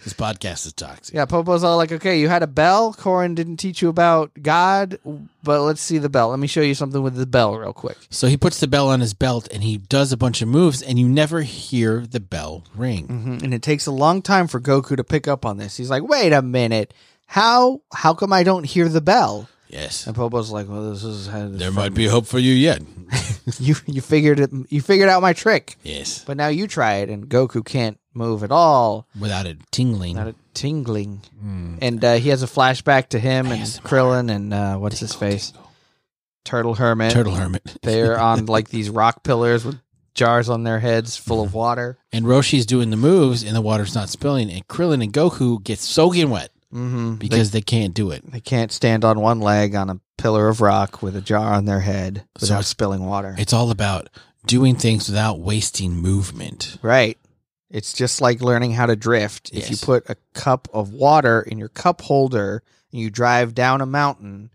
[SPEAKER 1] this podcast is toxic.
[SPEAKER 2] yeah, Popo's all like, okay, you had a bell. Corin didn't teach you about God, but let's see the bell. Let me show you something with the bell real quick.
[SPEAKER 1] So he puts the bell on his belt and he does a bunch of moves, and you never hear the bell ring.
[SPEAKER 2] Mhm. And it takes a long time for Goku to pick up on this. He's like, wait a minute. How how come I don't hear the bell?
[SPEAKER 1] Yes.
[SPEAKER 2] And Popo's like, well, this is how this
[SPEAKER 1] There might be hope for you yet.
[SPEAKER 2] <laughs>
[SPEAKER 1] <laughs>
[SPEAKER 2] you you figured it you figured out my trick,
[SPEAKER 1] Yes.
[SPEAKER 2] but now you try it, and Goku can't move at all,
[SPEAKER 1] Without it tingling. Hmm.
[SPEAKER 2] not a tingling. And uh, he has a flashback to him and
[SPEAKER 1] ASMR.
[SPEAKER 2] Krillin and uh, what's his face, Turtle Hermit.
[SPEAKER 1] Turtle hermit. <laughs>
[SPEAKER 2] They're on like these rock pillars with jars on their heads full of water.
[SPEAKER 1] and Roshi's doing the moves, and the water's not spilling. And Krillin and Goku get soaking wet
[SPEAKER 2] Mm-hmm.
[SPEAKER 1] because they can't do it.
[SPEAKER 2] They can't stand on one leg on a pillar of rock with a jar on their head
[SPEAKER 1] So
[SPEAKER 2] without
[SPEAKER 1] it's-
[SPEAKER 2] spilling water.
[SPEAKER 1] It's all about doing things without wasting movement.
[SPEAKER 2] right. It's just like learning how to drift. If you
[SPEAKER 1] Yes.
[SPEAKER 2] put a cup of water in your cup holder and you drive down a mountain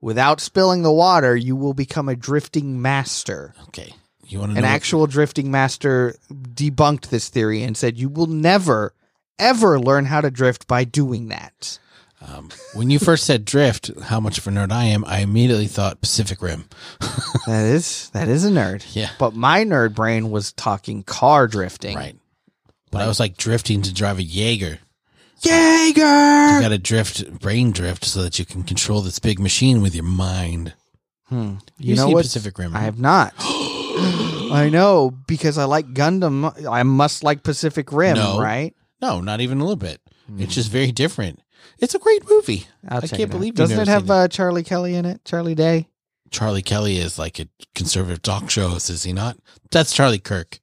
[SPEAKER 2] without spilling the water, you will become a drifting master.
[SPEAKER 1] Okay. You want to
[SPEAKER 2] An
[SPEAKER 1] know? what-
[SPEAKER 2] actual drifting master debunked this theory and said you will never, ever learn how to drift by
[SPEAKER 1] <laughs>
[SPEAKER 2] doing that.
[SPEAKER 1] um, when you first said drift, how much of a nerd I am, I immediately thought Pacific Rim.
[SPEAKER 2] That is that is a nerd.
[SPEAKER 1] Yeah.
[SPEAKER 2] But my nerd brain was talking car drifting.
[SPEAKER 1] Right. But I was like drifting to drive a Jaeger. You
[SPEAKER 2] Jaeger.
[SPEAKER 1] got to drift, brain drift, so that you can control this big machine with your mind.
[SPEAKER 2] Hmm. You,
[SPEAKER 1] You've
[SPEAKER 2] know
[SPEAKER 1] seen
[SPEAKER 2] what?
[SPEAKER 1] Pacific Rim.
[SPEAKER 2] I
[SPEAKER 1] right?
[SPEAKER 2] have not. I know because I like Gundam. I must like Pacific Rim,
[SPEAKER 1] No.
[SPEAKER 2] right?
[SPEAKER 1] <gasps> no, not even a little bit.
[SPEAKER 2] Hmm.
[SPEAKER 1] It's just very different. It's a great movie.
[SPEAKER 2] I'll
[SPEAKER 1] I
[SPEAKER 2] check
[SPEAKER 1] can't
[SPEAKER 2] it out.
[SPEAKER 1] believe you've
[SPEAKER 2] Doesn't
[SPEAKER 1] never
[SPEAKER 2] it have
[SPEAKER 1] seen it.
[SPEAKER 2] uh, Charlie Kelly in it? Charlie Day.
[SPEAKER 1] Charlie Kelly is like a conservative talk show host, is he not? That's Charlie Kirk.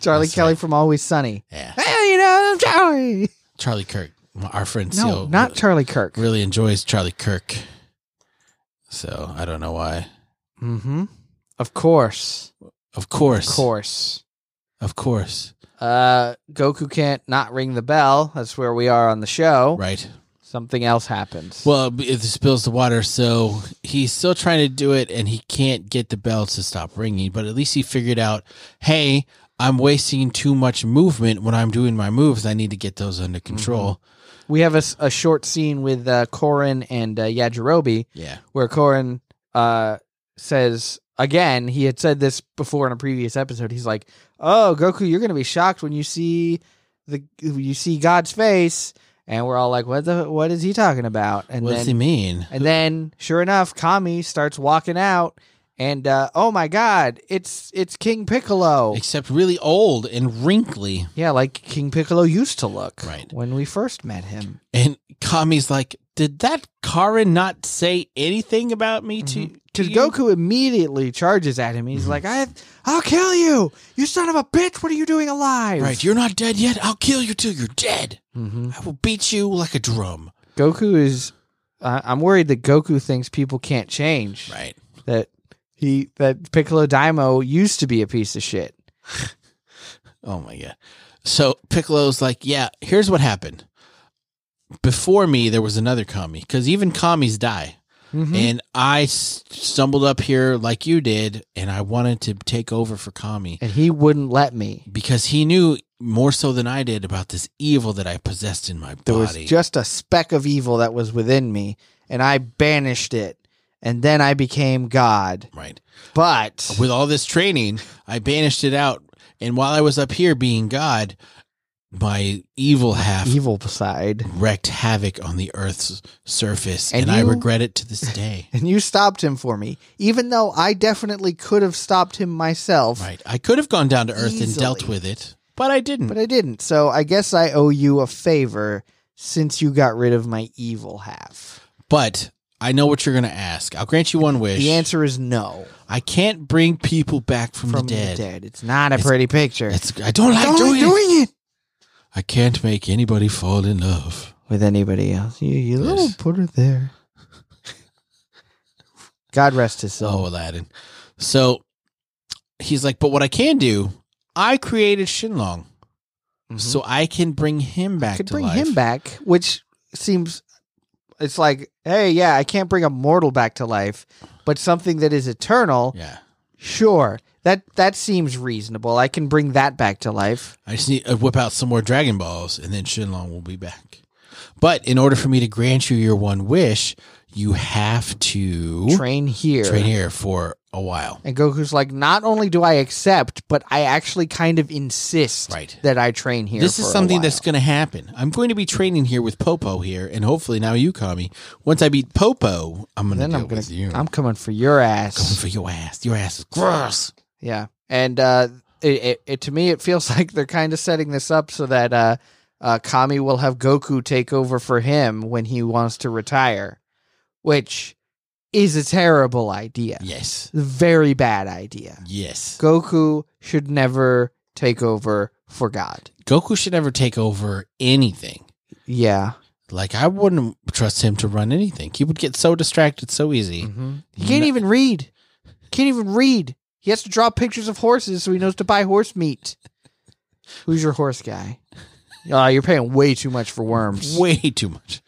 [SPEAKER 2] Charlie
[SPEAKER 1] That's
[SPEAKER 2] Kelly from Always Sunny.
[SPEAKER 1] Yeah.
[SPEAKER 2] Hey, you know I'm Charlie.
[SPEAKER 1] Charlie Kirk. Our friend
[SPEAKER 2] No,
[SPEAKER 1] Seal
[SPEAKER 2] not Charlie Kirk.
[SPEAKER 1] really enjoys Charlie Kirk. So I don't know why.
[SPEAKER 2] Mm-hmm. Of course,
[SPEAKER 1] Of
[SPEAKER 2] of
[SPEAKER 1] course.
[SPEAKER 2] course.
[SPEAKER 1] Of course.
[SPEAKER 2] Uh, Goku can't not ring the bell. That's where we are on the show.
[SPEAKER 1] Right.
[SPEAKER 2] Something else happens.
[SPEAKER 1] Well, it spills the water, so he's still trying to do it, and he can't get the bell to stop ringing. But at least he figured out, hey, I'm wasting too much movement when I'm doing my moves. I need to get those
[SPEAKER 2] Mm-hmm.
[SPEAKER 1] under control.
[SPEAKER 2] we have a, s- a short scene with uh, Korin and uh, Yajirobe
[SPEAKER 1] Yeah,
[SPEAKER 2] where Korin uh, says again, he had said this before in a previous episode. He's like, "Oh, Goku, you're gonna be shocked when you see the when you see God's face," and we're all like, "What the? What is he talking about?" And
[SPEAKER 1] what
[SPEAKER 2] then
[SPEAKER 1] does he mean?
[SPEAKER 2] and then, sure enough, Kami starts walking out, and uh, oh my God, it's it's King Piccolo.
[SPEAKER 1] Except really old and wrinkly.
[SPEAKER 2] yeah, like King Piccolo used to look
[SPEAKER 1] Right.
[SPEAKER 2] when we first met him.
[SPEAKER 1] And Kami's like, did that Karin not say anything about me to? to
[SPEAKER 2] Because
[SPEAKER 1] you?"
[SPEAKER 2] Mm-hmm. Goku immediately charges at him. He's
[SPEAKER 1] Mm-hmm.
[SPEAKER 2] like, I, I'll kill you. You son of a bitch. What are you doing alive?
[SPEAKER 1] right? You're not dead yet. I'll kill you till you're dead.
[SPEAKER 2] hmm
[SPEAKER 1] I will beat you like a drum.
[SPEAKER 2] Goku is. I I'm worried that Goku thinks people can't change.
[SPEAKER 1] Right.
[SPEAKER 2] That he that Piccolo Daimo used to be a piece of shit.
[SPEAKER 1] Oh my god. So Piccolo's like, yeah, here's what happened. Before me, there was another Kami because even Kamis die,
[SPEAKER 2] Mm-hmm.
[SPEAKER 1] and I s- stumbled up here like you did, and I wanted to take over for Kami
[SPEAKER 2] And he wouldn't let me.
[SPEAKER 1] because he knew more so than I did about this evil that I possessed in my
[SPEAKER 2] There
[SPEAKER 1] body.
[SPEAKER 2] was just a speck of evil that was within me, and I banished it. And then I became God.
[SPEAKER 1] right.
[SPEAKER 2] But
[SPEAKER 1] With all this training, I banished it out, and while I was up here being God, my evil half
[SPEAKER 2] evil side.
[SPEAKER 1] wrecked havoc on the Earth's surface,
[SPEAKER 2] And
[SPEAKER 1] and I
[SPEAKER 2] you-
[SPEAKER 1] regret it to this day.
[SPEAKER 2] and you stopped him for me, even though I definitely could have stopped him myself,
[SPEAKER 1] Right. I could have gone down to Earth and
[SPEAKER 2] Easily.
[SPEAKER 1] dealt with it, but I didn't.
[SPEAKER 2] but I didn't. So I guess I owe you a favor since you got rid of my evil half.
[SPEAKER 1] But I know what you're going to ask. I'll grant you one wish.
[SPEAKER 2] The answer is no.
[SPEAKER 1] I can't bring people back from,
[SPEAKER 2] From
[SPEAKER 1] the dead.
[SPEAKER 2] the dead, it's not a pretty picture.
[SPEAKER 1] It's, I don't like
[SPEAKER 2] Don't
[SPEAKER 1] doing,
[SPEAKER 2] like doing it
[SPEAKER 1] I can't make anybody fall in love.
[SPEAKER 2] with anybody else. You, you
[SPEAKER 1] Yes.
[SPEAKER 2] little put her there. God rest his
[SPEAKER 1] Oh,
[SPEAKER 2] soul.
[SPEAKER 1] Aladdin. So he's like, but what I can do, I created Shinlong,
[SPEAKER 2] Mhm.
[SPEAKER 1] so I can bring him back
[SPEAKER 2] could
[SPEAKER 1] to
[SPEAKER 2] bring
[SPEAKER 1] life.
[SPEAKER 2] him back, which seems it's like, hey, yeah, I can't bring a mortal back to life, but something that is eternal,
[SPEAKER 1] Yeah.
[SPEAKER 2] sure. That that seems reasonable. I can bring that back to life.
[SPEAKER 1] I just need to whip out some more Dragon Balls, and then Shinlong will be back. But in order for me to grant you your one wish, you have to
[SPEAKER 2] Train here.
[SPEAKER 1] train here for a while.
[SPEAKER 2] And Goku's like, not only do I accept, but I actually kind of insist
[SPEAKER 1] Right.
[SPEAKER 2] that I train here.
[SPEAKER 1] This
[SPEAKER 2] for
[SPEAKER 1] is
[SPEAKER 2] a
[SPEAKER 1] something
[SPEAKER 2] while."
[SPEAKER 1] that's going to happen. I'm going to be training here with Popo here, and hopefully now you, Kami. Once I beat Popo, I'm going to
[SPEAKER 2] then
[SPEAKER 1] deal
[SPEAKER 2] I'm gonna
[SPEAKER 1] with you.
[SPEAKER 2] I'm coming for your
[SPEAKER 1] coming
[SPEAKER 2] ass.
[SPEAKER 1] for your ass. Your ass is gross.
[SPEAKER 2] Yeah, and uh, it, it, it to me it feels <laughs> like they're kind of setting this up so that uh, uh, Kami will have Goku take over for him when he wants to retire, which is a terrible idea.
[SPEAKER 1] Yes.
[SPEAKER 2] Very bad idea.
[SPEAKER 1] Yes.
[SPEAKER 2] Goku should never take over for God.
[SPEAKER 1] Goku should never take over anything.
[SPEAKER 2] Yeah.
[SPEAKER 1] Like I wouldn't trust him to run anything. He would get so distracted so easy.
[SPEAKER 2] Mm. He can't
[SPEAKER 1] No-
[SPEAKER 2] even read. Can't even read. He has to draw pictures of horses so he knows to buy horse meat. Who's your horse guy? <laughs> Uh, you're paying way too much for worms.
[SPEAKER 1] way too much.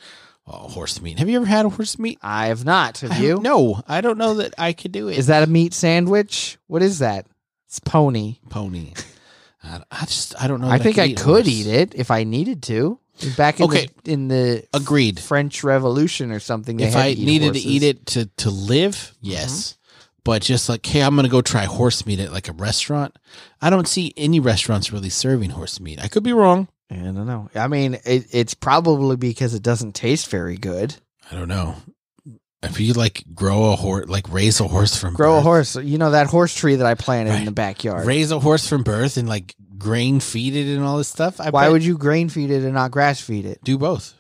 [SPEAKER 1] Oh, horse meat. Have you ever had a horse meat?
[SPEAKER 2] I have not. Have
[SPEAKER 1] I-
[SPEAKER 2] you?
[SPEAKER 1] No, I don't know that I could do it.
[SPEAKER 2] Is that a meat sandwich? What is that? It's pony.
[SPEAKER 1] pony? I, I just I don't know.
[SPEAKER 2] I
[SPEAKER 1] that
[SPEAKER 2] think I could
[SPEAKER 1] horse.
[SPEAKER 2] eat it if I needed to. Back in
[SPEAKER 1] Okay.
[SPEAKER 2] the in the
[SPEAKER 1] Agreed.
[SPEAKER 2] French Revolution or something. They
[SPEAKER 1] if
[SPEAKER 2] had
[SPEAKER 1] I
[SPEAKER 2] to eat
[SPEAKER 1] needed to
[SPEAKER 2] horses. Mm-hmm.
[SPEAKER 1] eat it to to live, yes. But just like, hey, I'm gonna go try horse meat at like a restaurant. I don't see any restaurants really serving horse meat. I could be wrong.
[SPEAKER 2] I don't know. I mean, it, it's probably because it doesn't taste very good.
[SPEAKER 1] I don't know. If you like grow a horse, like raise a horse from
[SPEAKER 2] Grow a
[SPEAKER 1] birth-
[SPEAKER 2] horse. You know that horse tree that I planted in
[SPEAKER 1] Right.
[SPEAKER 2] the backyard.
[SPEAKER 1] raise a horse from birth and like grain feed it and all this stuff. I
[SPEAKER 2] Why
[SPEAKER 1] bet-
[SPEAKER 2] would you grain feed it and not grass feed it?
[SPEAKER 1] do both?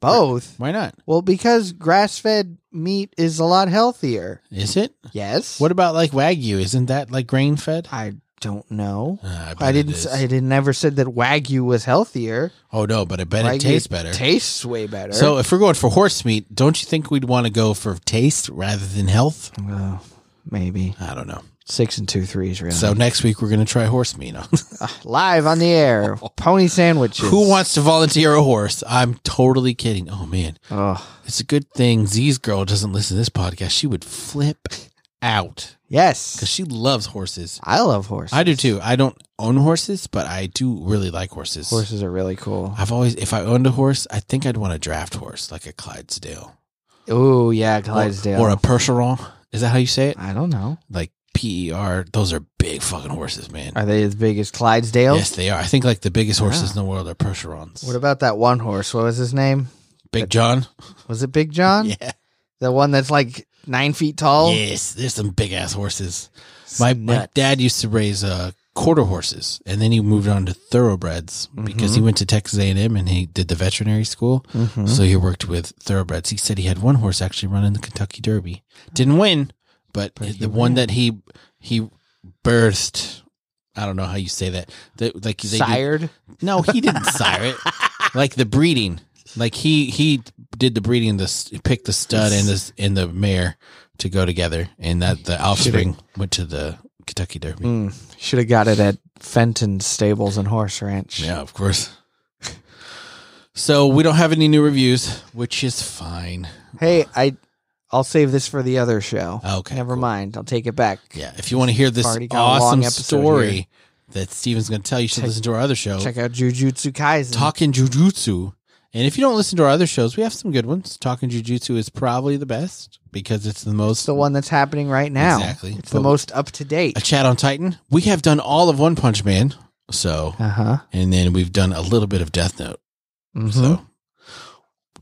[SPEAKER 2] Both.
[SPEAKER 1] Why not?
[SPEAKER 2] Well, because grass fed meat is a lot healthier.
[SPEAKER 1] Is it?
[SPEAKER 2] Yes.
[SPEAKER 1] What about like wagyu? Isn't that like grain fed?
[SPEAKER 2] I don't know.
[SPEAKER 1] Uh, bet
[SPEAKER 2] I
[SPEAKER 1] it
[SPEAKER 2] didn't.
[SPEAKER 1] is.
[SPEAKER 2] s- I didn't ever said that wagyu was healthier.
[SPEAKER 1] oh no, but I bet
[SPEAKER 2] Wagyu
[SPEAKER 1] it tastes better.
[SPEAKER 2] Tastes way better.
[SPEAKER 1] So if we're going for horse meat, don't you think we'd want to go for taste rather than health?
[SPEAKER 2] Well, maybe
[SPEAKER 1] I don't know.
[SPEAKER 2] six and two threes. Really.
[SPEAKER 1] So next week we're going to try horse meat. <laughs> on.
[SPEAKER 2] live on
[SPEAKER 1] <laughs>
[SPEAKER 2] the air, pony sandwiches.
[SPEAKER 1] Who wants to volunteer a horse? I'm totally kidding. Oh man,
[SPEAKER 2] Oh,
[SPEAKER 1] it's a good thing Z's girl doesn't listen to this podcast. She would flip out because
[SPEAKER 2] yes.
[SPEAKER 1] she loves horses.
[SPEAKER 2] I love horses.
[SPEAKER 1] I do too. I don't own horses, but I do really like horses.
[SPEAKER 2] Horses are really cool.
[SPEAKER 1] I've always, if I owned a horse, I think I'd want a draft horse, like a Clydesdale,
[SPEAKER 2] Oh yeah,
[SPEAKER 1] Or-
[SPEAKER 2] Clydesdale.
[SPEAKER 1] or, a Percheron. Is that how you say it?
[SPEAKER 2] I don't know.
[SPEAKER 1] Like P E R. Those are big fucking horses, man.
[SPEAKER 2] Are they as big as Clydesdales?
[SPEAKER 1] Yes, they are. I think like the biggest horses
[SPEAKER 2] Yeah.
[SPEAKER 1] in the world are Percherons.
[SPEAKER 2] What about that one horse? What was his name?
[SPEAKER 1] Big John.
[SPEAKER 2] Was it Big John?
[SPEAKER 1] <laughs> Yeah.
[SPEAKER 2] The one that's like nine feet tall?
[SPEAKER 1] Yes, there's some big ass horses.
[SPEAKER 2] It's
[SPEAKER 1] My, my
[SPEAKER 2] nuts.
[SPEAKER 1] dad used to raise uh, quarter horses, and then he moved on to thoroughbreds because he
[SPEAKER 2] Mm-hmm.
[SPEAKER 1] went to Texas A and M and he did the veterinary school.
[SPEAKER 2] Mhm.
[SPEAKER 1] So he worked with thoroughbreds. He said he had one horse actually run in the Kentucky Derby, didn't win, but,
[SPEAKER 2] But he
[SPEAKER 1] the one
[SPEAKER 2] ran.
[SPEAKER 1] that he he birthed. I don't know how you say that. That- like they did-
[SPEAKER 2] Sired?
[SPEAKER 1] no, he
[SPEAKER 2] <laughs>
[SPEAKER 1] didn't sire it. Like the breeding, like he he did the breeding. The s- picked the stud and the s- and the mare to go together, and that the offspring went to the Kentucky Derby.
[SPEAKER 2] Mm. Should have got it at Fenton's Stables and Horse Ranch.
[SPEAKER 1] Yeah, of course. So we don't have any new reviews, which is fine.
[SPEAKER 2] Hey, I, I'll save this for the other show.
[SPEAKER 1] Oh, Okay,
[SPEAKER 2] Never
[SPEAKER 1] Uh, cool.
[SPEAKER 2] mind. I'll take it back.
[SPEAKER 1] Yeah, if you want to hear this
[SPEAKER 2] Already got a long
[SPEAKER 1] awesome
[SPEAKER 2] episode
[SPEAKER 1] story
[SPEAKER 2] here.
[SPEAKER 1] that Steven's going to tell, you should
[SPEAKER 2] Check-
[SPEAKER 1] listen to our other show,
[SPEAKER 2] Check out Jujutsu Kaisen.
[SPEAKER 1] Mm-hmm. Talking Jujutsu. And if you don't listen to our other shows, we have some good ones. Talking Jujutsu is probably the best because it's the most
[SPEAKER 2] It's the one that's happening right now.
[SPEAKER 1] Exactly.
[SPEAKER 2] It's
[SPEAKER 1] But-
[SPEAKER 2] the most up to
[SPEAKER 1] a
[SPEAKER 2] date.
[SPEAKER 1] chat on Titan. We have done all of One Punch Man, so
[SPEAKER 2] Uh huh.
[SPEAKER 1] and then we've done a little bit of Death Note.
[SPEAKER 2] Mm-hmm.
[SPEAKER 1] So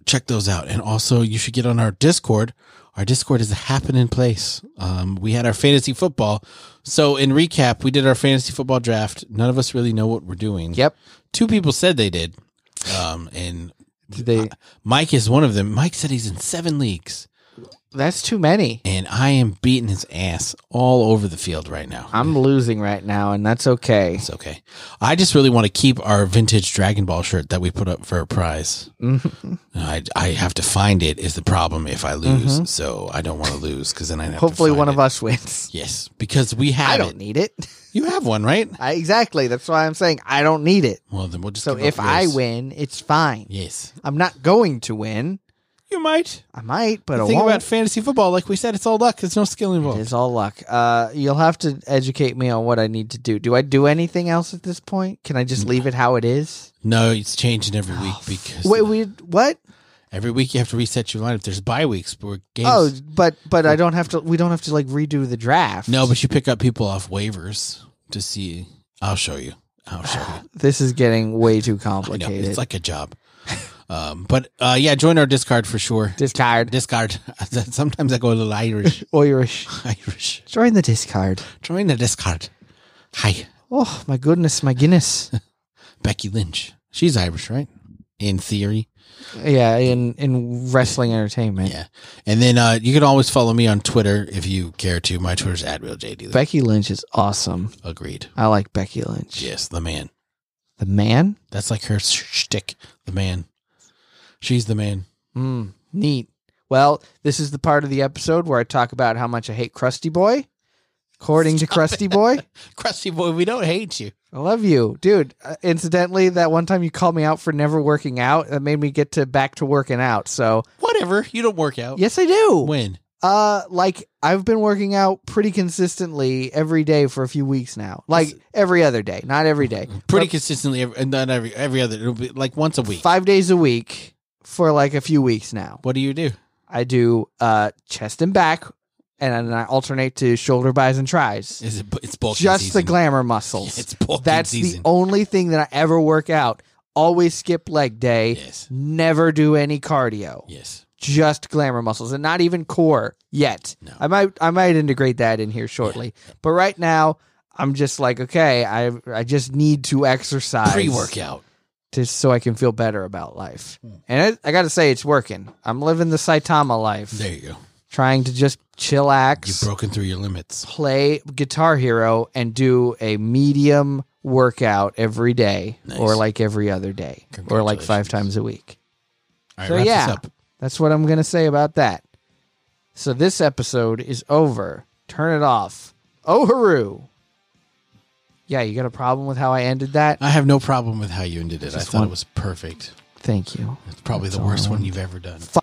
[SPEAKER 1] check those out, and also you should get on our Discord. Our Discord is a happening place. Um, we had our fantasy football. So in recap, we did our fantasy football draft. None of us really know what we're doing.
[SPEAKER 2] Yep.
[SPEAKER 1] Two people said they did, um, and
[SPEAKER 2] Did they?
[SPEAKER 1] Uh, Mike is one of them. Mike said he's in seven leagues.
[SPEAKER 2] That's too many.
[SPEAKER 1] and I am beating his ass all over the field right now.
[SPEAKER 2] I'm losing right now, and that's okay.
[SPEAKER 1] It's okay. I just really want to keep our vintage Dragon Ball shirt that we put up for a prize.
[SPEAKER 2] Mhm.
[SPEAKER 1] I, I have to find it is the problem if I lose. So I don't want to lose because then I have
[SPEAKER 2] Mm-hmm. Hopefully,
[SPEAKER 1] to find
[SPEAKER 2] one of
[SPEAKER 1] it.
[SPEAKER 2] us wins.
[SPEAKER 1] Yes, because we have
[SPEAKER 2] I don't
[SPEAKER 1] it.
[SPEAKER 2] need it.
[SPEAKER 1] You have one, right?
[SPEAKER 2] I, exactly. That's why I'm saying I don't need it.
[SPEAKER 1] Well, then we'll just.
[SPEAKER 2] So
[SPEAKER 1] give up
[SPEAKER 2] if I
[SPEAKER 1] yours.
[SPEAKER 2] win, it's fine.
[SPEAKER 1] yes,
[SPEAKER 2] I'm not going to win.
[SPEAKER 1] you might.
[SPEAKER 2] I might, but
[SPEAKER 1] The
[SPEAKER 2] I
[SPEAKER 1] thing
[SPEAKER 2] won't.
[SPEAKER 1] about fantasy football, like we said, it's all luck. There's no skill involved.
[SPEAKER 2] It's all luck. Uh, you'll have to educate me on what I need to do. Do I do anything else at this point? Can I just leave it how it is?
[SPEAKER 1] No, it's changing every week because
[SPEAKER 2] Oh, Wait, we what?
[SPEAKER 1] every week you have to reset your lineup. There's bye weeks where games.
[SPEAKER 2] Oh, but but I don't have to. We don't have to like redo the draft.
[SPEAKER 1] No, but you pick up people off waivers to see. I'll show you. I'll show
[SPEAKER 2] <sighs>
[SPEAKER 1] you.
[SPEAKER 2] this is getting way too
[SPEAKER 1] I know,
[SPEAKER 2] complicated.
[SPEAKER 1] it's like a job. Um, but uh, yeah, join our Discard for sure.
[SPEAKER 2] discard. Oh,
[SPEAKER 1] Discard. <laughs> Sometimes I go a little Irish.
[SPEAKER 2] Irish.
[SPEAKER 1] Irish.
[SPEAKER 2] Join the discard.
[SPEAKER 1] Join the Discard. Hi,
[SPEAKER 2] Oh my goodness, my
[SPEAKER 1] <laughs>
[SPEAKER 2] Guinness.
[SPEAKER 1] Becky Lynch. She's Irish, right? In theory.
[SPEAKER 2] yeah, in in wrestling entertainment,
[SPEAKER 1] Yeah. And then uh, you can always follow me on Twitter if you care to. My Twitter's at RealJD.
[SPEAKER 2] Becky Lynch is awesome.
[SPEAKER 1] Agreed.
[SPEAKER 2] I like Becky Lynch.
[SPEAKER 1] Yes, the man.
[SPEAKER 2] The man.
[SPEAKER 1] That's like her sh- shtick. The man. She's the man.
[SPEAKER 2] Mm, neat. Well, this is the part of the episode where I talk about how much I hate Krusty Boy. According to Krusty
[SPEAKER 1] <laughs>
[SPEAKER 2] Boy,
[SPEAKER 1] Crusty boy, we don't hate you.
[SPEAKER 2] I love you, dude. Uh, incidentally, that one time you called me out for never working out, that made me get to back to working out. So,
[SPEAKER 1] Whatever. You don't work out.
[SPEAKER 2] yes, I do.
[SPEAKER 1] When?
[SPEAKER 2] Uh, like I've been working out pretty consistently every day for a few weeks now. Like every other day, not every day.
[SPEAKER 1] <laughs> Pretty
[SPEAKER 2] But
[SPEAKER 1] consistently, every, and not every every other. It'll be like once a week.
[SPEAKER 2] five days a week for like a few weeks now.
[SPEAKER 1] What do you do?
[SPEAKER 2] I do uh chest and back, and then I alternate to shoulder buys and tries.
[SPEAKER 1] Is it? It's bulking
[SPEAKER 2] Just
[SPEAKER 1] season. <laughs>
[SPEAKER 2] the glamour muscles.
[SPEAKER 1] It's bulking
[SPEAKER 2] That's
[SPEAKER 1] season.
[SPEAKER 2] the only thing that I ever work out. Always skip leg day.
[SPEAKER 1] yes.
[SPEAKER 2] Never do any cardio.
[SPEAKER 1] Yes.
[SPEAKER 2] Just glamour muscles, and not even core yet.
[SPEAKER 1] No.
[SPEAKER 2] I might I might integrate that in here shortly. But right now, I'm just like, okay, I I just need to exercise
[SPEAKER 1] Pre workout.
[SPEAKER 2] to so I can feel better about life.
[SPEAKER 1] Hmm.
[SPEAKER 2] And I, I got to say, it's working. I'm living the Saitama life,
[SPEAKER 1] There you go.
[SPEAKER 2] trying to just chillax,
[SPEAKER 1] You've broken through your limits.
[SPEAKER 2] play Guitar Hero, and do a medium workout every day,
[SPEAKER 1] Nice.
[SPEAKER 2] or like every other day, or like five times a week.
[SPEAKER 1] All right.
[SPEAKER 2] So
[SPEAKER 1] wrap
[SPEAKER 2] yeah,
[SPEAKER 1] this up.
[SPEAKER 2] that's what I'm gonna say about that. So this episode is over. Turn it off. Oh hooroo! Yeah, you got a problem with how I ended that?
[SPEAKER 1] I have no problem with how you ended it. I
[SPEAKER 2] Just
[SPEAKER 1] thought
[SPEAKER 2] one-
[SPEAKER 1] it was perfect.
[SPEAKER 2] Thank you.
[SPEAKER 1] It's probably
[SPEAKER 2] That's
[SPEAKER 1] the
[SPEAKER 2] all I
[SPEAKER 1] worst one
[SPEAKER 2] wanted.
[SPEAKER 1] you've ever done.